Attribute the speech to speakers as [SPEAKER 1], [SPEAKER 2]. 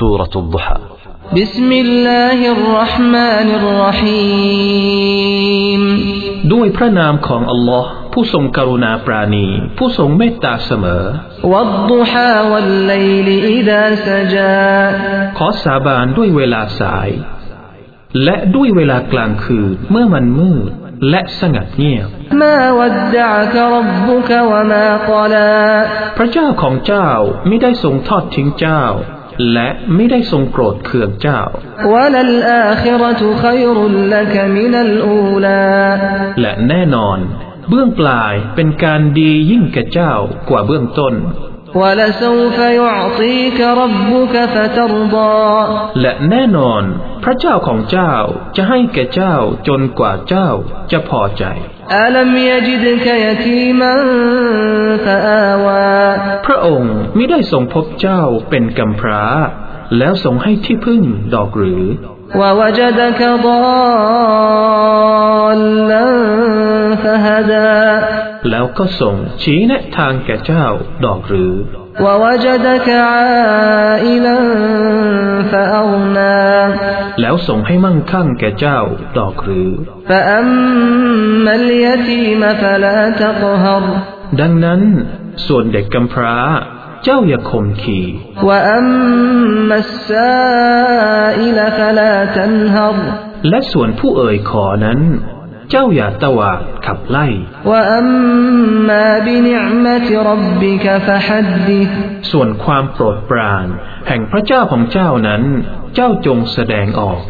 [SPEAKER 1] سورة الضحى
[SPEAKER 2] بسم الله الرحمن الرحيم
[SPEAKER 3] ด้วยพระนามของอัลลอฮ์ผู้ทรงกรุณาปราณี ผู้ทรงเมตตาเสมอ
[SPEAKER 2] والضحى والليل إذا سجى
[SPEAKER 3] ขอสาบานด้วยเวลาสาย และด้วยเวลากลางคืนเมื่อมันมืด และสงัดเงียบ
[SPEAKER 2] ما ودعك ربك وما قلى
[SPEAKER 3] พระเจ้าของเจ้าไม่ได้ทรงทอดทิ้งเจ้า และไม่ได้ทรงโกรธเคืองเจ้า
[SPEAKER 2] وللآخرة خير لك من الأولى
[SPEAKER 3] และแน่นอน เบื้องปลายเป็นการดียิ่งแก่เจ้ากว่าเบื้องต้น
[SPEAKER 2] ولسوف يعطيك ربك فترضى
[SPEAKER 3] และแน่นอน พระเจ้าของเจ้าจะให้แก่เจ้าจนกว่าเจ้าจะพอใจ
[SPEAKER 2] ألم يجدك يتيما فآوى
[SPEAKER 3] พระองค์ไม่ได้ทรงพบเจ้าเป็นกำพร้า แล้วทรงให้ที่พึ่งดอกหรือ
[SPEAKER 2] ووجدك ضالا فهدى
[SPEAKER 3] แล้วก็ทรงชี้แนะทางแก่เจ้าดอกหรือ
[SPEAKER 2] ووجدك عائلا فأغنى
[SPEAKER 3] แล้วทรงให้มั่งคั่งแก่เจ้าดอกหรือ
[SPEAKER 2] فأما اليتيم فلا تقهر
[SPEAKER 3] ดังนั้น ส่วนเด็กกำพร้า เจ้าอย่าข่มขี
[SPEAKER 2] وأما السائل فلا تنهر
[SPEAKER 3] และส่วนผู้เอ่ยขอนั้น เจ้าอย่าตวาดขับไล่
[SPEAKER 2] وأما بنعمة ربك فحدث
[SPEAKER 3] ส่วนความโปรดปราน แห่งพระเจ้าของเจ้านั้น เจ้าจงแสดงออก